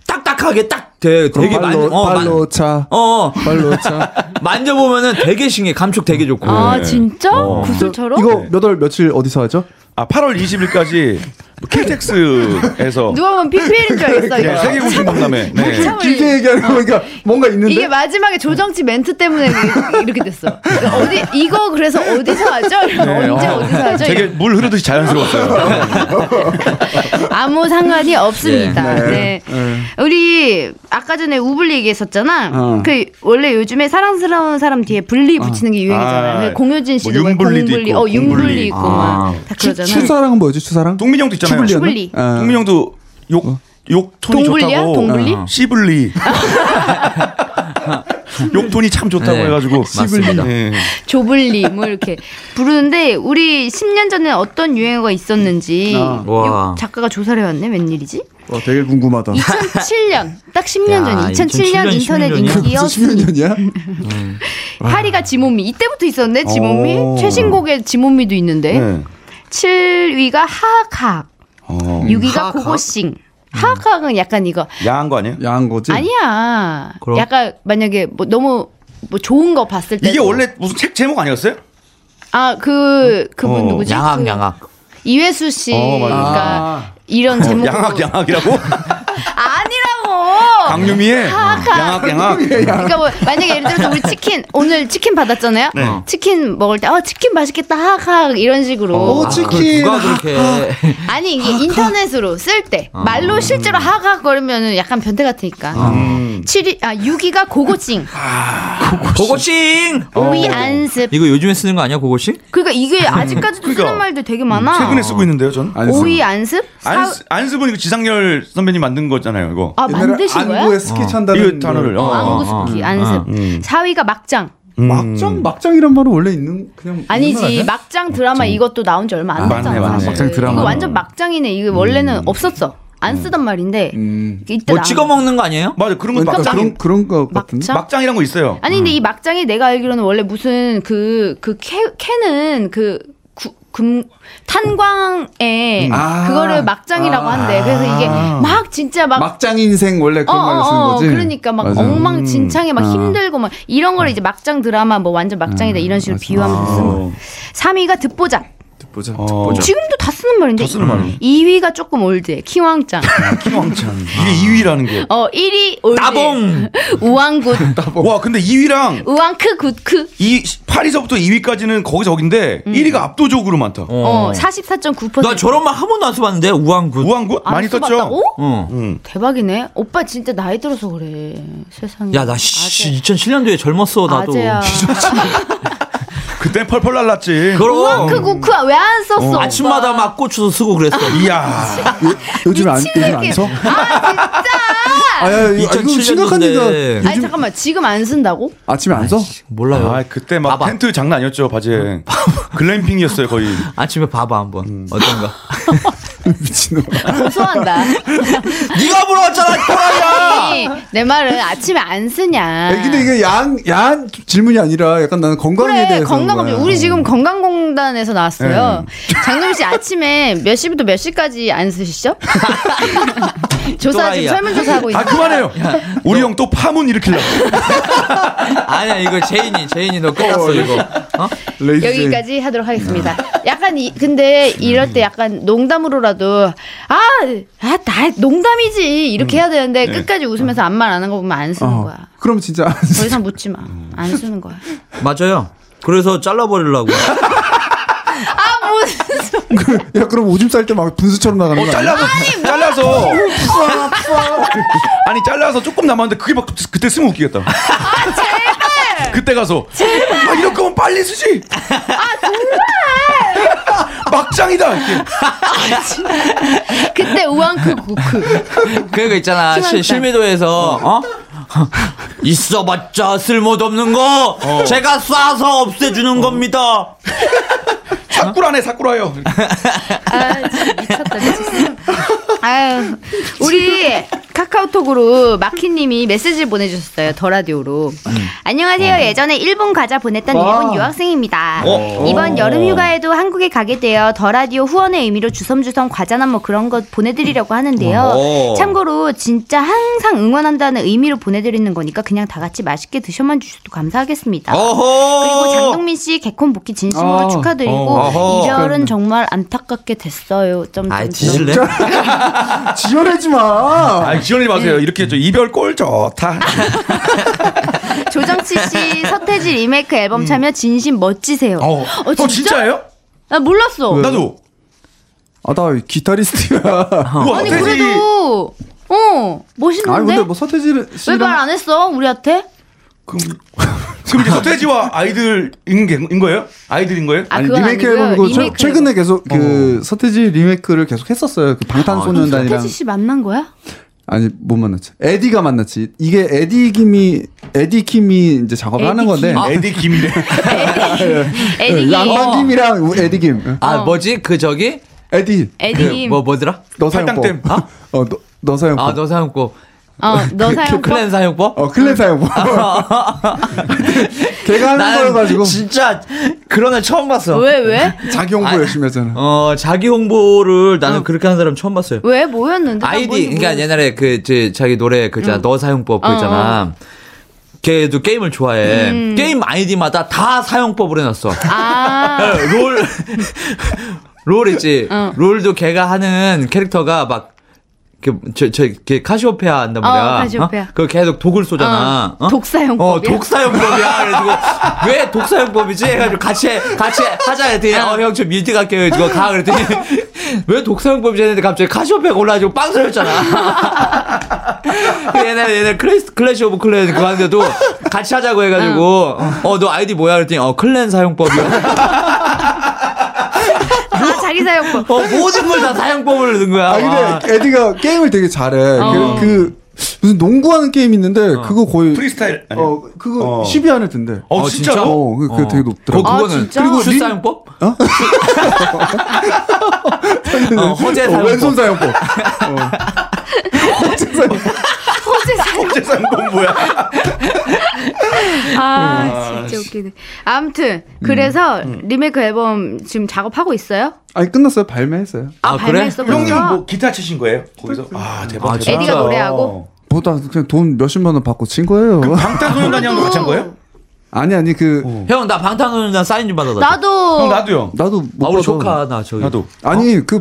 Speaker 3: 딱딱하게 딱 돼.
Speaker 5: 그럼
Speaker 3: 되게 많이
Speaker 5: 발로,
Speaker 3: 어, 만-
Speaker 5: 발로 차.
Speaker 3: 어, 어.
Speaker 5: 발로 차.
Speaker 3: 만져보면은 되게 신기해. 감촉 되게 좋고.
Speaker 2: 아 진짜? 구슬처럼?
Speaker 5: 이거 몇 월 며칠 어디서 하죠?
Speaker 4: 아 8월 20일까지 KTX에서
Speaker 2: 누가 보면 PPL인 줄 알겠어
Speaker 4: 네,
Speaker 2: 이거. 뭐
Speaker 4: 세계 공식 박람회. 네.
Speaker 2: 참-
Speaker 5: 길게 얘기하는 거니까 뭔가 있는데.
Speaker 2: 이게 마지막에 조정치 멘트 때문에 이- 이렇게 됐어. 그러니까 어디 이거 그래서 어디서 하죠? 언제
Speaker 4: 어.
Speaker 2: 어디서 하죠?
Speaker 4: 되게 물 흐르듯이 자연스러웠어요.
Speaker 2: [laughs] 아무
Speaker 4: 예.
Speaker 2: 상관이 없습니다.
Speaker 5: 네.
Speaker 2: 네.
Speaker 5: 네.
Speaker 2: 우리 아까 전에 우블 얘기했었잖아.
Speaker 5: 어.
Speaker 2: 그 원래 요즘에 사랑스러운 사람 뒤에 분리 붙이는 게 유행이잖아요.
Speaker 4: 어. 아.
Speaker 2: 그래서 공효진 씨도
Speaker 4: 뭐
Speaker 2: 왜
Speaker 4: 윤분리도
Speaker 2: 공분리,
Speaker 4: 있고,
Speaker 2: 어 윤분리
Speaker 4: 공분리.
Speaker 2: 있고
Speaker 3: 아.
Speaker 2: 막 다
Speaker 5: 추,
Speaker 2: 그러잖아.
Speaker 5: 추사랑은 뭐였지? 추사랑?
Speaker 4: 동민이 형도 있잖아요.
Speaker 5: 추불리였나?
Speaker 2: 추불리.
Speaker 5: 아.
Speaker 4: 동민이 형도 욕, 욕 톤이
Speaker 2: 동불리야?
Speaker 4: 좋다고. 어.
Speaker 2: 동불리?
Speaker 4: 씨불리. 욕 톤이 참 좋다고
Speaker 3: 네.
Speaker 4: 해가지고.
Speaker 3: 맞습니다.
Speaker 4: 네.
Speaker 2: 조블리 뭐 이렇게 부르는데 우리 10년 전에 어떤 유행어가 있었는지
Speaker 5: 아.
Speaker 4: 어.
Speaker 3: 와.
Speaker 2: 요- 작가가 조사를 해왔네 웬일이지?
Speaker 5: 어, 되게 궁금하다.
Speaker 2: 2007년 딱 10년
Speaker 3: 야,
Speaker 2: 전이 2007년
Speaker 3: 2007년
Speaker 2: 인터넷
Speaker 3: 10년 이야?
Speaker 2: 인기였
Speaker 5: 무슨 10년 전이야?
Speaker 2: 파리가 지몬미 이때부터 있었네
Speaker 5: 오.
Speaker 2: 지몬미 최신곡에 지몬미도 있는데
Speaker 4: 네.
Speaker 2: 7위가 하각
Speaker 4: 어.
Speaker 2: 6위가
Speaker 3: 하각?
Speaker 2: 고고싱
Speaker 3: 음.
Speaker 2: 하각은 약간 이거
Speaker 4: 야한 거 아니에요?
Speaker 5: 야한 거지?
Speaker 2: 아니야
Speaker 3: 예. 그럼?
Speaker 2: 약간 만약에 뭐 너무 뭐 좋은 거 봤을 때
Speaker 4: 이게 원래 무슨 책 제목 아니었어요?
Speaker 2: 아그 그분
Speaker 4: 어.
Speaker 2: 누구지
Speaker 3: 양악
Speaker 2: 그
Speaker 3: 양악.
Speaker 2: 이회수 씨가
Speaker 4: 어, 맞아. 아.
Speaker 2: 이런 제목
Speaker 4: 양악
Speaker 2: [laughs]
Speaker 4: 양악이라고?
Speaker 2: 아니라고
Speaker 4: 강유미의 양악 양악.
Speaker 2: 그러니까 뭐 만약에 예를 들어서 우리 치킨 오늘 치킨 받았잖아요.
Speaker 4: 네.
Speaker 2: 치킨 먹을 때 아 치킨 맛있겠다 하악 이런 식으로
Speaker 5: 어, 치- 치킨.
Speaker 3: 아, 그걸 누가 그렇게
Speaker 2: 아니 이게 인터넷으로 쓸 때 말로 실제로 하악 거리면은 약간 변태 같으니까.
Speaker 4: 음. 아.
Speaker 2: 칠 7위 아 6위가 [laughs] 고고싱
Speaker 3: 고고싱. 어,
Speaker 4: 어.
Speaker 2: 5위 안습.
Speaker 3: 이거 요즘에 쓰는 거 아니야 고고싱?
Speaker 2: 그러니까 이게 아직까지도 쓰는
Speaker 4: 그러니까.
Speaker 2: 말들 되게 많아.
Speaker 4: 최근에 쓰고 있는데요, 전.
Speaker 5: 안 쓰-
Speaker 2: 5위 안습. 사-
Speaker 4: 안스, 안습은 이거 지상렬 선배님 만든 거잖아요, 이거.
Speaker 2: 아
Speaker 5: 옛날에
Speaker 2: 만드신 거야?
Speaker 5: 안구에 스키 찬다는 그
Speaker 4: 이 단어를. 음.
Speaker 5: 걸.
Speaker 4: 어.
Speaker 2: 안구스키 안습. 4위가 막장.
Speaker 5: 막장 막장이란 말은 원래 있는 그냥 있는
Speaker 2: 아니지
Speaker 5: 말
Speaker 2: 막장 드라마 이것도 나온 지 얼마 안
Speaker 4: 맞네,
Speaker 2: 됐잖아.
Speaker 4: 맞네.
Speaker 2: 사실.
Speaker 5: 막장 드라마.
Speaker 2: 이거 완전 막장이네. 이게 원래는 없었어. 안 쓰던 말인데 이때
Speaker 3: 뭐
Speaker 2: 나온
Speaker 3: 찍어 먹는 거 아니에요?
Speaker 4: 맞아, 그런 거
Speaker 5: 아니야? 그러니까
Speaker 4: 막장.
Speaker 5: 그런 그런 거 같은데.
Speaker 2: 막장?
Speaker 4: 막장이란 거 있어요.
Speaker 2: 아니 근데 이 막장이 내가 알기로는 원래 무슨 그 그 캔은 그 구- 금, 탄광에
Speaker 5: 아.
Speaker 2: 그거를 막장이라고
Speaker 5: 아.
Speaker 2: 한대. 그래서 이게 막 진짜 막
Speaker 5: 막장 인생 원래
Speaker 2: 어,
Speaker 5: 그런 말을 쓰는
Speaker 2: 어, 어,
Speaker 5: 거지.
Speaker 2: 그러니까 막
Speaker 5: 맞아.
Speaker 2: 엉망진창에 막 힘들고 막 이런 거를 이제 막장 드라마 뭐 완전 막장이다 이런 식으로 비유하면서 쓰는 거. 3위가 듣보잡.
Speaker 5: 보자.
Speaker 4: 어.
Speaker 2: 지금도 다 쓰는 말인데.
Speaker 4: 다 쓰는 말이에요.
Speaker 2: 2위가 조금 올드해. 킹왕짱.
Speaker 4: 킹왕찬.
Speaker 2: 아.
Speaker 4: 이게 2위라는 게.
Speaker 2: 어, 1위 올드.
Speaker 3: 따봉.
Speaker 2: [laughs]
Speaker 3: [laughs]
Speaker 2: 우왕굿. 뭐.
Speaker 4: 와, 근데 2위랑
Speaker 2: 우왕크 굿크.
Speaker 4: 이 8위서부터 2위까지는 거기서 거긴데
Speaker 2: 음.
Speaker 4: 1위가 압도적으로 많다.
Speaker 2: 어, 44.9%.
Speaker 3: 나 저런 말 한 번도 안 써봤는데 우왕굿.
Speaker 4: 우왕구
Speaker 2: 안
Speaker 4: 뭐 많이 썼죠.
Speaker 2: 써봤다고?
Speaker 3: 어.
Speaker 4: 음.
Speaker 2: 아, 대박이네. 오빠 진짜 나이 들어서 그래. 세상에.
Speaker 3: 야나 네. 2007년도에 젊었어 나도. [laughs]
Speaker 2: 아재야.
Speaker 4: 그땐 펄펄 날랐지.
Speaker 3: 그럼
Speaker 2: 우왕크 굿크 왜 안 썼어? 오빠?
Speaker 3: 아침마다 막 고추도 쓰고 그랬어.
Speaker 4: 이야.
Speaker 5: 요즘 안
Speaker 2: 미친
Speaker 5: 요즘 안
Speaker 2: 새끼.
Speaker 5: 써?
Speaker 2: 아, 진짜.
Speaker 5: 아, 야, 이거 이거 심각한
Speaker 3: 2007년도인데.
Speaker 5: 얘기다.
Speaker 3: 아니,
Speaker 2: 아니
Speaker 5: 요즘
Speaker 2: 잠깐만 지금 안 쓴다고?
Speaker 5: 아침에 안 써?
Speaker 3: 몰라요.
Speaker 4: 아, 그때 막
Speaker 3: 봐봐.
Speaker 4: 텐트 장난 아니었죠, 바지에. 글램핑이었어요, 거의.
Speaker 3: 아침에 봐봐 한번 어떤가.
Speaker 5: 미친놈.
Speaker 2: 고소한다.
Speaker 3: [laughs] 네가 물어봤잖아. 또라이야.
Speaker 2: 아니, 내 말은 아침에 안 쓰냐.
Speaker 5: 아니, 근데 이게 야한 야한 질문이 아니라 약간 나는 건강에
Speaker 2: 그래
Speaker 5: 대해서 뭐,
Speaker 2: 건강
Speaker 5: 그런
Speaker 2: 검진
Speaker 5: 거야. 어. 네.
Speaker 2: 우리 지금 건강공단에서 나왔어요. 장동민 씨 아침에 몇 시부터 몇 시까지 안
Speaker 5: [laughs]
Speaker 2: 쓰시죠? 조사 지금
Speaker 3: 또라이야.
Speaker 2: 설문 조사하고 있는.
Speaker 4: 아, 그만해요. 우리 형 또 파문 일으키려고.
Speaker 3: 아니야 이거 제인이 제인이 너 꼬았어 이거. 어?
Speaker 5: 레이지.
Speaker 2: 여기까지 하도록 하겠습니다.
Speaker 5: 아.
Speaker 2: 약간 이, 근데 이럴 때 약간 농담으로라도 아, 아, 다 농담이지 이렇게 해야 되는데 끝까지 웃으면서 아무 말 안 한 거 보면 안 쓰는
Speaker 5: 음. 네. 어.
Speaker 2: 거야.
Speaker 5: 그럼 진짜 [laughs] 안
Speaker 2: 더
Speaker 5: 써.
Speaker 2: 이상 묻지 마. 안 쓰는 거야.
Speaker 3: 맞아요. 그래서 잘라버리려고.
Speaker 2: 아
Speaker 5: [laughs]
Speaker 2: 무슨 소-
Speaker 5: 야 그럼 오줌 쌀 때 막 분수처럼 나가는
Speaker 4: 어,
Speaker 5: 거 아니야?
Speaker 4: 잘라서 잘라서 아니 잘라서 조금 남았는데 그게 막 그- 그때 쓰면 웃기겠다. 아 제발. 그때 가서 아 이럴 거면 빨리 쓰지. 아 정말. [laughs] 막장이다 이렇게.
Speaker 2: 그때 우왕크 구크.
Speaker 3: 그거 있잖아.
Speaker 2: 희망
Speaker 3: 실- 실미도에서 어? [laughs] 있어봤자 쓸모없는 거 제가 싸서 없애주는 겁니다.
Speaker 4: 사쿠라네 사쿠라요.
Speaker 2: 아, 진짜 미쳤다, 미쳤어. 아유, 우리 카카오톡으로 마키님이 메시지를 보내주셨어요. 더 라디오로. 안녕하세요. 예전에 일본 과자 보냈던 일본 유학생입니다.
Speaker 3: 어.
Speaker 2: 이번 여름 휴가에도 한국에 가게 되어 더 라디오 후원의 의미로 주섬주섬 과자나 뭐 그런 것 보내드리려고 하는데요.
Speaker 3: 어.
Speaker 2: 참고로 진짜 항상 응원한다는 의미로 보내드리는 거니까 그냥 다 같이 맛있게 드셔만 주셔도 감사하겠습니다.
Speaker 3: 어허.
Speaker 2: 그리고 장동민 씨 개콘 복귀 진심으로
Speaker 5: 아,
Speaker 2: 축하드리고
Speaker 3: 어, 어허.
Speaker 2: 이별은 정말 안타깝게 됐어요.
Speaker 3: 아
Speaker 2: 점점점.
Speaker 3: 뒤질래?
Speaker 5: 지어내지 마.
Speaker 4: 아, 지원하지 마세요. 이렇게 저 이별 꼴 좋다.
Speaker 2: 조정치 씨 서태지 리메이크 앨범 참여 진심 멋지세요.
Speaker 4: 어, 어, 진짜예요? 그
Speaker 2: 나 몰랐어.
Speaker 5: 왜?
Speaker 4: 나도.
Speaker 5: 아, 나 기타리스트야.
Speaker 4: 우와,
Speaker 2: 아니
Speaker 4: 태지.
Speaker 2: 그래도 어
Speaker 5: 아니
Speaker 2: 멋있는데
Speaker 5: 근데 뭐 서태지
Speaker 2: 왜 말
Speaker 5: 씨랑
Speaker 2: 안 했어 우리한테?
Speaker 4: 지금 이제 서태지와 아이들인 게- 인 거예요? 아이들인 거예요?
Speaker 2: 아,
Speaker 5: 아니,
Speaker 2: 그건
Speaker 5: 리메이크
Speaker 2: 아니고요.
Speaker 5: 앨범이고 최-
Speaker 2: 리메이크
Speaker 5: 최근에 계속 그
Speaker 4: 어.
Speaker 5: 서태지 리메이크를 계속 했었어요. 그 방탄소년단이랑
Speaker 2: 서태지 씨 만난 거야?
Speaker 5: 아니 못 만났지. 에디가 만났지. 이게 에디 김이 에디 김이 이제 작업을
Speaker 2: 에디
Speaker 5: 하는 건데
Speaker 2: 김. 아.
Speaker 4: 에디 김이래. 어, [laughs]
Speaker 2: 에디
Speaker 5: 네, 양반
Speaker 2: 김.
Speaker 5: 김이랑 에디 김.
Speaker 3: 아 뭐지 그 저기
Speaker 5: 에디
Speaker 2: 에디
Speaker 3: 그
Speaker 2: 김.
Speaker 3: 뭐 뭐더라?
Speaker 5: 너사용법.
Speaker 4: 팔당댐.
Speaker 5: 어, 너, 너사용법.
Speaker 3: 아 너 사용법. 그,
Speaker 2: 어너 사용
Speaker 3: 클랜 사용법?
Speaker 5: 어, 클랜 사용법. [laughs] 걔가 하는
Speaker 3: 아. 나는
Speaker 5: 거여가지고
Speaker 3: 진짜 그런 애 처음 봤어.
Speaker 2: 왜 왜?
Speaker 5: 자기 홍보
Speaker 3: 아.
Speaker 5: 열심히 했잖아.
Speaker 3: 어 자기 홍보를
Speaker 2: 어.
Speaker 3: 나는 그렇게 하는 사람 처음 봤어요.
Speaker 2: 왜 뭐였는데? 나 뭔지
Speaker 3: 아이디 그러니까
Speaker 2: 모르겠어.
Speaker 3: 옛날에 그 제, 자기 노래 그잖아 너 사용법
Speaker 2: 어, 음.
Speaker 3: 그잖아. 걔도 게임을 좋아해. 게임 아이디마다 다 사용법을 해놨어.
Speaker 2: [laughs] 아
Speaker 3: 네,
Speaker 2: 어.
Speaker 3: 롤, 롤
Speaker 2: [laughs]
Speaker 3: 있지. 롤도 걔가 하는 캐릭터가 막, 그, 저, 저, 걔 카시오페아 한단 말이야.
Speaker 2: 어, 카시오페아.
Speaker 3: 어? [laughs] 그거 계속 독을 쏘잖아.
Speaker 2: 어, 독사용법이야?
Speaker 3: 어, 독사용법이야. 그래가지고, [laughs] 왜 독사용법이지? 해가지고 같이, 해, 같이 해, 하자. 그랬더니, 어, 형, 저 밀드 갈게요. 이거 가. 그랬더니, [laughs] 왜 독사용법이지? 했는데 갑자기 카시오페아가 올라가지고 빵 쏘였잖아. [laughs] 옛날에, 옛날에 클래시, 클래시 오브 클랜 그거 하는데도 같이 하자고 해가지고, 어, 너 아이디 뭐야? 그랬더니, 어, 클랜 사용법이야.
Speaker 2: 아, 자기 사용법.
Speaker 3: 어, 모든 걸 다 사용법을 넣은 거야.
Speaker 5: 아,
Speaker 3: 와.
Speaker 5: 근데 에디가 게임을 되게 잘해.
Speaker 2: 어.
Speaker 5: 그, 그, 무슨 농구하는 게임 있는데, 그거 거의,
Speaker 4: 프리스타일. 아니.
Speaker 5: 어, 그거
Speaker 4: 어.
Speaker 5: 10위 안에 든대.
Speaker 4: 어,
Speaker 3: 어, 진짜?
Speaker 4: 진짜로?
Speaker 5: 어, 그, 그 되게 높더라.
Speaker 3: 거,
Speaker 2: 아,
Speaker 3: 그거는
Speaker 2: 진짜?
Speaker 3: 그리고
Speaker 2: 그리고
Speaker 3: 슛
Speaker 5: 린-
Speaker 3: 사용법?
Speaker 5: [laughs]
Speaker 3: 어, 허재
Speaker 5: 어,
Speaker 3: 사용법.
Speaker 5: 왼손 사용법. 어.
Speaker 2: 허재 사용.
Speaker 4: 어째 상건 뭐야?
Speaker 3: 예.
Speaker 2: 아, 진짜 웃기네. 아무튼 그래서
Speaker 3: 음,
Speaker 2: 리메이크 앨범 지금 작업하고 있어요?
Speaker 5: 아니, 끝났어요. 발매했어요.
Speaker 2: 아,
Speaker 3: 아, 그래?
Speaker 2: 발매했어 벌써?
Speaker 4: 형님은 뭐 기타 치신 거예요?
Speaker 2: 그,
Speaker 4: 거기서? 아, 대박.
Speaker 3: 진짜?
Speaker 2: 에디가 노래하고?
Speaker 5: 보다 그냥 돈 몇십만 원 받고 친 거예요.
Speaker 4: 방탄소년단이랑도 같이 한 거예요?
Speaker 5: 아니, 아니, 그,
Speaker 3: 형, 나 방탄소년단 사인 좀 받아달라.
Speaker 2: 나도
Speaker 4: 형, 나도요.
Speaker 5: 나도 못
Speaker 3: 아, 우리
Speaker 5: 받아.
Speaker 3: 조카, 나 저기.
Speaker 4: 나도.
Speaker 5: 아니 그
Speaker 2: 나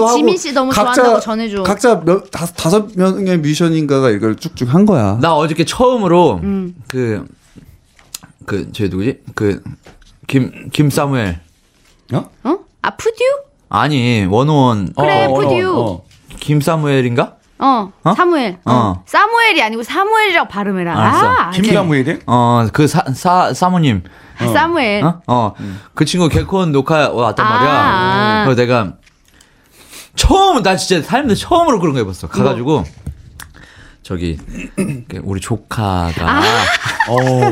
Speaker 2: 거기
Speaker 5: 하고
Speaker 2: 지민 씨 너무 좋아한다고 전해줘.
Speaker 5: 각자 몇, 다, 다섯 명의 뮤지션인가가 이걸 쭉쭉 한 거야.
Speaker 3: 나 어저께 처음으로, 그, 그, 쟤 누구지? 그, 김, 김사무엘.
Speaker 2: 어? 아 푸듀?
Speaker 3: 아니, 원호원.
Speaker 2: 그래
Speaker 3: 어,
Speaker 2: 푸듀.
Speaker 4: 어,
Speaker 2: 어,
Speaker 4: 어.
Speaker 3: 김사무엘인가? 어?
Speaker 2: 사무엘. 어.
Speaker 3: 어.
Speaker 2: 사무엘이 아니고 사무엘이라고 발음해라.
Speaker 3: 알았어.
Speaker 2: 아,
Speaker 4: 김사무엘이?
Speaker 3: 어, 그 사, 사, 사모님.
Speaker 2: 아, 사무엘.
Speaker 3: 어? 어.
Speaker 4: 음.
Speaker 3: 그 친구 개콘 녹화 왔단
Speaker 2: 아,
Speaker 3: 말이야.
Speaker 2: 아.
Speaker 3: 그래서 내가 처음, 나 진짜 삶에서 처음으로 그런 거 해봤어. 가가지고, 저기, 그 우리 조카가
Speaker 2: 아.
Speaker 3: [laughs]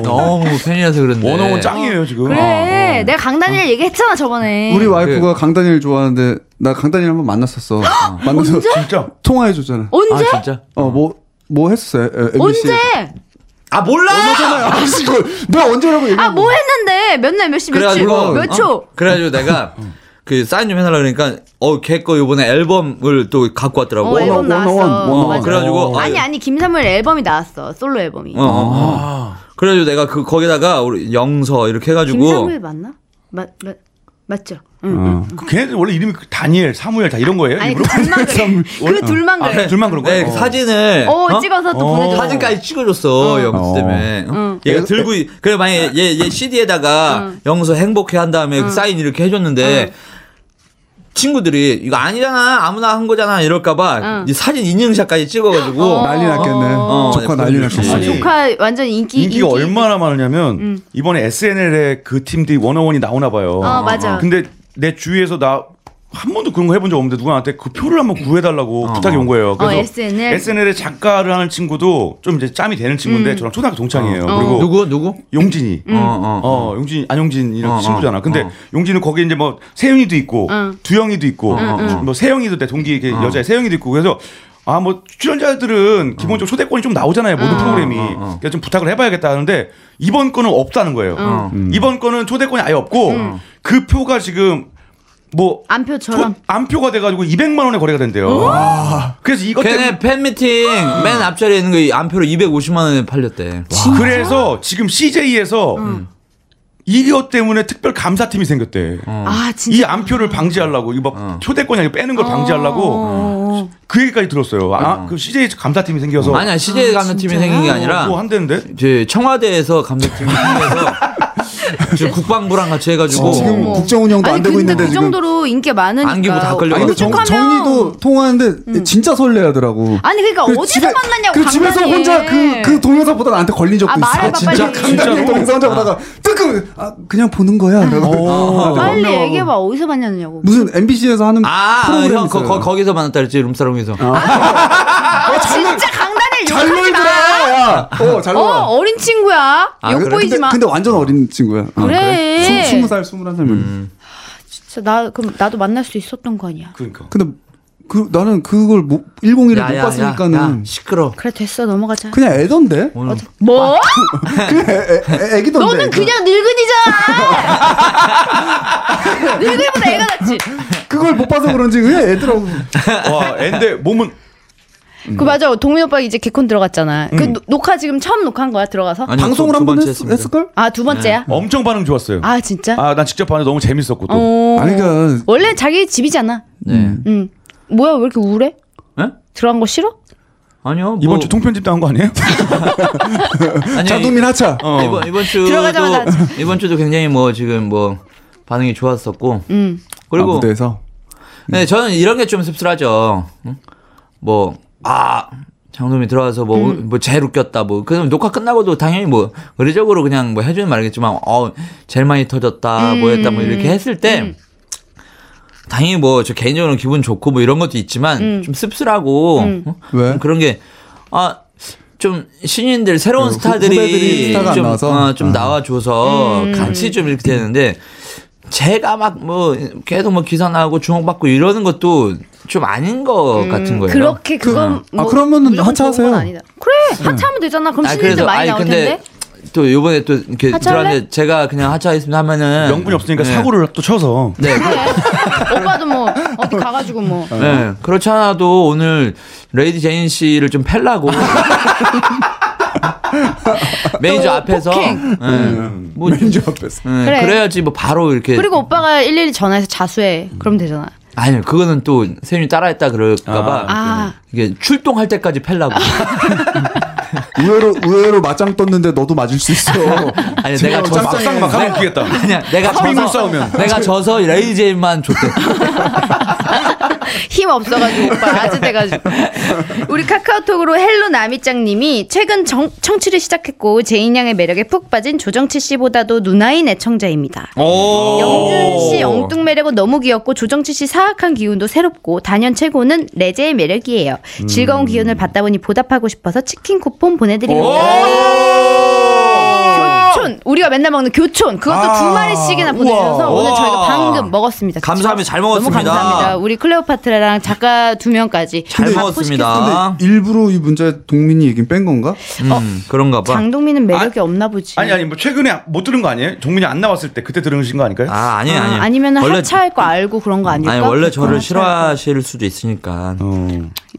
Speaker 3: 너무 팬이라서 그런데.
Speaker 4: 어. 원어원 짱이에요, 지금.
Speaker 2: 그래.
Speaker 3: 어,
Speaker 2: 내가 강단일 얘기했잖아 저번에.
Speaker 5: 우리 와이프가 강다니엘 좋아하는데 나 강다니엘 한번 만났었어. 어, 만나서
Speaker 4: 진짜?
Speaker 5: 통화해 줬잖아.
Speaker 3: 아,
Speaker 2: 언제?
Speaker 3: 진짜?
Speaker 5: 어 뭐 뭐 했었어요? 에, MBC.
Speaker 2: 언제?
Speaker 3: 아, 몰라!
Speaker 5: 아씨 그걸 내가 언제라고 얘기해?
Speaker 2: 아 뭐 했는데 몇 날 몇 시 몇 주
Speaker 3: 그래가지고
Speaker 2: 몇
Speaker 3: 어?
Speaker 2: 초?
Speaker 3: 그래가지고 내가
Speaker 4: 어.
Speaker 3: 그 사인 좀 해달라 그러니까 어걔거 이번에 앨범을 또 갖고 왔더라고.
Speaker 2: 어, 앨범
Speaker 5: 원어,
Speaker 2: 나왔어.
Speaker 5: 원어, 원어.
Speaker 2: 맞아.
Speaker 3: 그래가지고
Speaker 2: 아니 아니 김사무엘 앨범이 나왔어 솔로 앨범이.
Speaker 3: 어, 어, 어.
Speaker 4: 아.
Speaker 3: 그래가지고 내가 그 거기다가 우리 영서 이렇게 해가지고
Speaker 2: 김사무엘 맞나? 맞, 맞 맞죠? 응.
Speaker 5: 어.
Speaker 4: 그 걔네들 원래 이름이 그 다니엘, 사무엘 다 이런 거예요?
Speaker 2: 아니 그 둘만 그래.
Speaker 5: 어.
Speaker 4: 일부러?
Speaker 2: 그 둘만
Speaker 4: 아,
Speaker 2: 그래.
Speaker 4: 둘만 그런
Speaker 3: 네,
Speaker 4: 거예요?
Speaker 3: 그
Speaker 4: 어.
Speaker 3: 사진을
Speaker 2: 어,
Speaker 3: 어?
Speaker 2: 찍어서 또 보내줘.
Speaker 3: 사진까지 찍어줬어 영수
Speaker 5: 어.
Speaker 3: 때문에 어? 얘가 들고 있- 그래 만약에 얘, 얘 CD에다가 영수 행복해 한 다음에 그 사인 이렇게 해줬는데 친구들이 이거 아니잖아 아무나 한 거잖아 이럴까봐 이 사진 인증샷까지 찍어가지고
Speaker 5: 난리 났겠네.
Speaker 3: 어,
Speaker 5: 조카
Speaker 3: 네,
Speaker 5: 난리
Speaker 3: 보여주지.
Speaker 5: 났겠어.
Speaker 4: 아니,
Speaker 2: 조카 완전 인기 음.
Speaker 4: 인기가 얼마나 많으냐면 이번에 SNL에 그 팀들이 원어원이 나오나 봐요.
Speaker 2: 어, 맞아.
Speaker 4: 근데 내 주위에서 나 한 번도 그런 거 해본 적 없는데 누가 나한테 그 표를 한번 구해달라고 부탁이 온 거예요. 그래서
Speaker 2: 어, SNL?
Speaker 4: SNL의 작가를 하는 친구도 좀 이제 짬이 되는
Speaker 2: 음.
Speaker 4: 친구인데 저랑 초등학교 동창이에요. 그리고
Speaker 3: 어. 누구 누구?
Speaker 4: 용진이.
Speaker 3: 어, 어.
Speaker 4: 어, 용진, 안용진이랑
Speaker 3: 어, 어,
Speaker 4: 친구잖아. 근데
Speaker 3: 어.
Speaker 4: 용진은 거기 이제 뭐 세윤이도 있고
Speaker 2: 응.
Speaker 4: 두영이도 있고
Speaker 3: 응.
Speaker 4: 뭐 세영이도 내 동기 이렇게
Speaker 3: 어.
Speaker 4: 여자 세영이도 있고 그래서 아 뭐 출연자들은 기본적으로 초대권이 좀 나오잖아요 모든 프로그램이
Speaker 3: 어, 어, 어.
Speaker 4: 그래서 좀 부탁을 해봐야겠다 하는데 이번 건은 없다는 거예요.
Speaker 3: 어.
Speaker 4: 음. 이번 건은 초대권이 아예 없고
Speaker 3: 음.
Speaker 4: 그 표가 지금 뭐
Speaker 3: 아,
Speaker 2: 안표처럼.
Speaker 5: 그
Speaker 4: 초- 안표가 돼가지고 200만 원에 거래가 된대요. 아. 그래서 이것
Speaker 3: 어?
Speaker 4: 때문에
Speaker 3: 걔네 팬미팅 맨 앞자리에 있는 거 안표로 250만 원에 팔렸대.
Speaker 4: 그래서 지금 CJ에서
Speaker 3: 음.
Speaker 4: 이것 때문에 특별 감사팀이 생겼대.
Speaker 3: 어.
Speaker 5: 어.
Speaker 2: 아 진짜.
Speaker 4: 이 안표를 방지하려고 이거 막 초대권이 아니고 빼는 걸
Speaker 3: 어.
Speaker 4: 방지하려고
Speaker 2: 어.
Speaker 4: 그 얘기까지 들었어요. 아, 그 CJ 감사팀이 생겨서
Speaker 3: 아니야 CJ 감독팀이 생긴 게 아니라
Speaker 4: 뭐 한대는데
Speaker 3: 제 청와대에서 감독팀이 생겨서 지금 국방부랑 같이 해가지고
Speaker 5: 지금
Speaker 2: 어머.
Speaker 5: 국정 운영도
Speaker 2: 아니
Speaker 5: 안 되고
Speaker 2: 근데
Speaker 5: 있는데
Speaker 2: 그
Speaker 5: 지금.
Speaker 2: 정도로 인기가 많으니까.
Speaker 3: 안기부 다 걸려가지고.
Speaker 5: 아니, 근데 정,
Speaker 2: 오죽하면-
Speaker 5: 정인이도 통화하는데
Speaker 2: 음.
Speaker 5: 진짜 설레하더라고.
Speaker 2: 아니 그러니까
Speaker 5: 그래서
Speaker 2: 어디서 만났냐고.
Speaker 5: 그래서 집에서
Speaker 2: 간간히.
Speaker 5: 혼자 그, 그 동영상보다 나한테 걸린 적도
Speaker 2: 아,
Speaker 5: 있어.
Speaker 2: 말해봐, 아, 진짜? 빨리.
Speaker 5: 강단님 동영상
Speaker 3: 아.
Speaker 5: 혼자 보다가 뜨끔 아, 그냥 보는 거야.
Speaker 3: 어.
Speaker 5: 라고. 아,
Speaker 2: 빨리 얘기해봐 어디서 만났냐고.
Speaker 5: 무슨 MBC에서 하는
Speaker 3: 아,
Speaker 5: 프로그램
Speaker 3: 형, 거,
Speaker 5: 있어요.
Speaker 3: 거, 기서 만났다 그랬지, 룸사롱에서.
Speaker 2: 아, 진짜 강단을
Speaker 5: 어,
Speaker 2: 욕하지
Speaker 5: 잘 놀더라.
Speaker 2: 마.
Speaker 5: 야. 어, 잘
Speaker 2: 어
Speaker 5: 놀아.
Speaker 2: 어린 친구야.
Speaker 3: 아,
Speaker 2: 욕
Speaker 3: 그래?
Speaker 2: 보이지
Speaker 5: 근데,
Speaker 2: 마.
Speaker 5: 근데 완전 어린 친구야. 어,
Speaker 2: 그래.
Speaker 5: 스- 스무 살, 스물한 살면.
Speaker 3: 음.
Speaker 2: 진짜 나 그럼 나도 만날 수 있었던 거 아니야.
Speaker 4: 그러니까
Speaker 5: 근데 그 나는 그걸 못, 101을 못 봤으니까는
Speaker 3: 시끄러.
Speaker 2: 그래 됐어 넘어가자.
Speaker 5: 그냥 애던데.
Speaker 3: 오늘
Speaker 2: 뭐?
Speaker 5: 아, 그냥 애, 애, 애기던데.
Speaker 2: 너는 그냥 [laughs] 늙은이잖아. 늙은이보다 애가 낫지.
Speaker 5: 그걸 못 봐서 그런지 그냥 애더라고.
Speaker 4: 와 앤데 몸은
Speaker 5: 음.
Speaker 2: 그 맞아 동민 오빠 이제 개콘 들어갔잖아. 그 노- 녹화 지금 처음 녹화한 거야 들어가서?
Speaker 3: 아니, 두-
Speaker 5: 방송을
Speaker 3: 두
Speaker 5: 한번
Speaker 3: 번째
Speaker 5: 했,
Speaker 3: 했습니다.
Speaker 5: 을걸
Speaker 2: 아 두
Speaker 5: 네.
Speaker 2: 번째야?
Speaker 4: 엄청 반응 좋았어요.
Speaker 2: 아 진짜?
Speaker 4: 아 난 직접 봤는데 너무 재밌었고 또
Speaker 2: 어.
Speaker 5: 아니, 그러니까-
Speaker 2: 원래 자기 집이잖아.
Speaker 3: 네.
Speaker 2: 응. 뭐야 왜 이렇게 우울해?
Speaker 3: 예?
Speaker 5: 네?
Speaker 2: 들어간 거 싫어?
Speaker 3: 아니요.
Speaker 4: 이번
Speaker 3: 뭐-
Speaker 4: 주 통편집 당한 거 아니에요?
Speaker 3: [laughs] 아니,
Speaker 5: 자두민 하차.
Speaker 4: 어.
Speaker 3: 이번, 이번 주도.
Speaker 2: 들어가자마자
Speaker 3: 이번 주도 굉장히 뭐, 지금 뭐, 반응이 좋았었고.
Speaker 2: 응.
Speaker 5: 아,
Speaker 3: 그리고.
Speaker 5: 무대에서.
Speaker 3: 네, 저는 이런 게 좀 씁쓸하죠. 응? 뭐, 아, 장놈이 들어와서 뭐, 뭐, 제일 웃겼다. 뭐, 그럼 녹화 끝나고도 당연히 뭐, 의례적으로 그냥 뭐 해주는 말이겠지만, 어, 제일 많이 터졌다, 뭐였다, 뭐 이렇게 했을 때, 당연히 뭐, 저 개인적으로 기분 좋고 뭐 이런 것도 있지만, 좀 씁쓸하고, 어?
Speaker 5: 왜?
Speaker 3: 좀 그런 게, 아, 좀 신인들 새로운
Speaker 5: 네, 후- 후배들이
Speaker 3: 스타들이
Speaker 5: 스타가 안
Speaker 3: 좀,
Speaker 5: 나와서?
Speaker 3: 어, 좀
Speaker 5: 아.
Speaker 3: 나와줘서 같이 좀 이렇게 되는데 제가 막 뭐 계속 뭐 기사 나고 주목받고 이러는 것도 좀 아닌 것 같은
Speaker 2: 음,
Speaker 3: 거예요.
Speaker 2: 그렇게 그건 뭐
Speaker 5: 아, 그러면은
Speaker 2: 무조건
Speaker 5: 하차하세요.
Speaker 2: 좋은
Speaker 5: 네.
Speaker 2: 건 아니다. 그래 하차하면 되잖아. 그럼
Speaker 3: 아니,
Speaker 2: 신인들 많이 나올 텐데.
Speaker 3: 또 요번에 또 이렇게
Speaker 2: 하차할래?
Speaker 3: 들어왔는데 제가 그냥 하차했으면 하면은
Speaker 4: 명분이 없으니까
Speaker 3: 네.
Speaker 4: 사고를 또 쳐서
Speaker 3: 네. 그-
Speaker 2: 그래. 오빠도 뭐 어디 가가지고 뭐.
Speaker 3: 네. 그렇지 않아도 오늘 레이디 제인 씨를 좀 팰라고
Speaker 2: [laughs]
Speaker 3: 매니저
Speaker 2: 또
Speaker 3: 앞에서
Speaker 2: 폭행. 음.
Speaker 3: 네. 뭐 좀-
Speaker 5: 민주 앞에서.
Speaker 3: [laughs] 네,
Speaker 2: 그래.
Speaker 3: 그래야지 뭐 바로 이렇게
Speaker 2: 그리고 오빠가 일일이 전화해서 자수해. 그럼 되잖아.
Speaker 3: 아니요 그거는 또 세윤이 따라했다 그럴까봐
Speaker 2: 아.
Speaker 3: 이게 출동할 때까지 팰라고
Speaker 5: 의외로, 의외로 맞짱 떴는데 너도 맞을 수 있어.
Speaker 3: 아니 내가 저
Speaker 4: 막상 막 하면 웃기겠다.
Speaker 3: 아니야 내가
Speaker 4: 빙물
Speaker 3: 져서
Speaker 4: 싸우면
Speaker 3: 내가 져서 레이제인만 줬대
Speaker 2: 힘 없어가지고 오빠 아재돼가지고 우리 카카오톡으로 헬로 나미짱님이 최근 정- 청취를 시작했고 제인 양의 매력에 푹 빠진 조정치 씨보다도 누나인 애청자입니다. 영준 씨 영뚱 매력은 너무 귀엽고 조정치 씨 사악한 기운도 새롭고 단연 최고는 레제의 매력이에요.
Speaker 3: 음.
Speaker 2: 즐거운 기운을 받다 보니 보답하고 싶어서 치킨 쿠폰 보내드립니다. 교촌 우리가 맨날 먹는 교촌 그것도 두 마리씩이나 보내주셔서
Speaker 3: 아. 우와.
Speaker 2: 오늘 저희가 방금 먹었습니다.
Speaker 3: 감사합니다. 잘
Speaker 2: 너무
Speaker 3: 먹었습니다.
Speaker 2: 감사합니다. 우리 클레오파트라랑 작가 두 명까지
Speaker 3: 잘
Speaker 2: 다
Speaker 3: 먹었습니다
Speaker 5: 근데 일부러 이 문제 동민이 얘긴 뺀 건가?
Speaker 3: 음, 그런가 봐
Speaker 2: 장동민은 매력이 없나 보지.
Speaker 4: 아니 아니 뭐 최근에 못 들은 거 아니에요? 종민이 안 나왔을 때 그때 들으신 거 아닐까요?
Speaker 3: 아, 아니, 아니.
Speaker 2: 면 하차할 거 알고 그런 거 아닐까?
Speaker 3: 아니, 원래
Speaker 2: 하차할
Speaker 3: 저를
Speaker 2: 거.
Speaker 3: 싫어하실 수도 있으니까.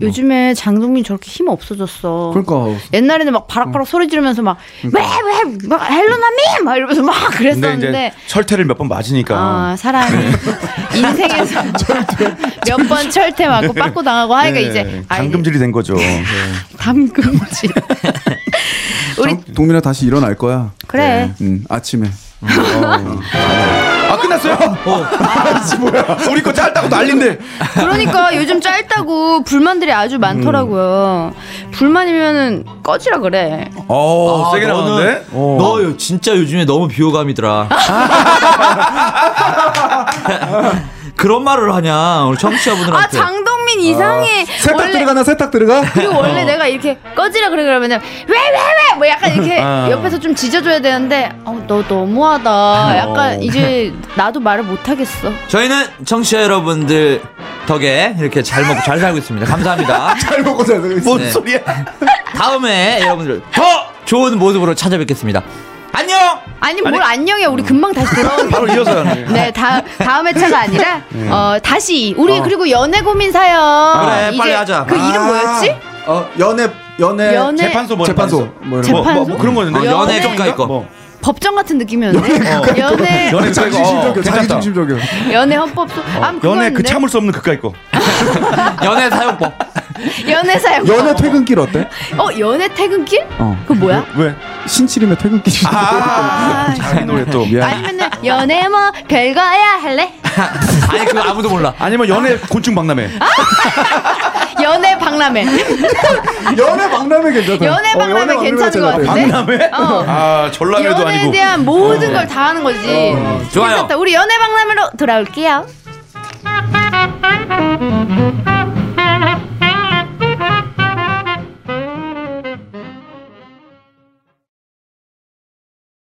Speaker 2: 요즘에 장동민 저렇게 힘 없어졌어.
Speaker 5: 그러니까.
Speaker 2: 옛날에는 막 바락바락 소리 지르면서 막왜왜막 헬로나미 막 이러면서 막
Speaker 4: 그러니까. 근데
Speaker 2: 그랬었는데
Speaker 4: 이제 철퇴를 몇 번 맞으니까
Speaker 2: 아, 사람이
Speaker 4: [laughs]
Speaker 2: 인생에서 몇 번 철퇴 맞고 빠꾸 당하고 하니까
Speaker 4: 네,
Speaker 2: 이제 아, [laughs]
Speaker 4: 당금질이 된 거죠.
Speaker 2: 당금질
Speaker 4: [laughs]
Speaker 2: 우리
Speaker 4: 네.
Speaker 5: 장- 동민아 다시 일어날 거야.
Speaker 2: 그래
Speaker 5: 음, 아침에.
Speaker 4: 아 근데 음. 어. 끝났어요. 아씨 뭐야. 우리 거 짧다고 난린데.
Speaker 2: 그러니까 요즘 짧다고 불만들이 아주 많더라고요. 불만이면은 꺼지라 그래.
Speaker 4: 어 세게
Speaker 3: 아, 너는-
Speaker 4: 나오는데.
Speaker 3: 어. 너 요- 진짜 요즘에 너무 비호감이더라. [laughs] 그런 말을 하냐 우리
Speaker 2: 아
Speaker 3: 청취자분들한테.
Speaker 2: 장동민 이상해.
Speaker 5: 세탁 들어가나 세탁 들어가?
Speaker 2: 그리고 원래 내가 이렇게 꺼지라 그래 그러면은 왜 왜 왜 뭐 약간 이렇게 옆에서 좀 짖어줘야 되는데 어 너 너무하다. 약간 이제 나도 말을 못 하겠어.
Speaker 3: 저희는 청취자 여러분들 덕에 이렇게 잘 먹고 잘 살고 있습니다.
Speaker 2: [laughs]
Speaker 3: 감사합니다.
Speaker 5: 잘 먹고 잘 살고
Speaker 3: 뭐,
Speaker 5: 있어.
Speaker 4: 뭔 소리야.
Speaker 3: 다음에 여러분들 더 좋은 모습으로 찾아뵙겠습니다. 안녕.
Speaker 2: 아니 뭘 안녕해 우리 금방 다시 돌아오는
Speaker 4: 바로 이어서 하네.
Speaker 2: 네, 다, 다음 회차가 아니라 어, 다시 우리 그리고 연애 고민 사연
Speaker 3: 그래,
Speaker 2: 이제
Speaker 3: 빨리 하자.
Speaker 2: 그 이름 뭐였지?
Speaker 5: 아, 어 연애 연애
Speaker 2: 연애
Speaker 4: 재판소 뭐
Speaker 5: 재판소
Speaker 4: 재판소.
Speaker 5: 뭐 이런
Speaker 4: 뭐,
Speaker 5: 거.
Speaker 2: 재판-
Speaker 4: 뭐, 뭐 그런 거였는데.
Speaker 3: 어,
Speaker 2: 연애
Speaker 3: 연애 전가의 거.
Speaker 4: 뭐.
Speaker 2: 법정 같은 느낌이었는데
Speaker 4: 어.
Speaker 2: 연애
Speaker 4: 연애
Speaker 5: 자기
Speaker 4: 전가
Speaker 5: 중심적이야.
Speaker 4: 이거. 어,
Speaker 5: 자기
Speaker 4: 괜찮다.
Speaker 5: 중심적이야.
Speaker 2: 연애 헌법소 아,
Speaker 4: 연애 그 참을 수 없는 그까이 거.
Speaker 3: 연애 사용법.
Speaker 2: 연애 사연
Speaker 5: 연애 퇴근길 어때?
Speaker 2: 어 연애 퇴근길?
Speaker 5: 어.
Speaker 2: 그거 뭐야?
Speaker 4: 왜?
Speaker 5: 신치림의 퇴근길.
Speaker 2: 아,
Speaker 4: 자기 노래 또.
Speaker 5: 미안.
Speaker 2: 아니면은 연애 뭐 별거야 할래?
Speaker 3: 아니 그거 아무도 몰라.
Speaker 4: 아니면 연애 곤충 박람회.
Speaker 2: 연애 박람회
Speaker 5: 연애 어, 박람회 괜찮아.
Speaker 2: 연애 박람회 괜찮은 것 같아.
Speaker 4: 박람회?
Speaker 2: 어.
Speaker 4: 아 전라매도
Speaker 2: 연애에
Speaker 4: 아니고.
Speaker 2: 대한 모든 걸 다 하는 거지
Speaker 3: 좋아요.
Speaker 2: 괜찮다. 우리 연애 박람회로 돌아올게요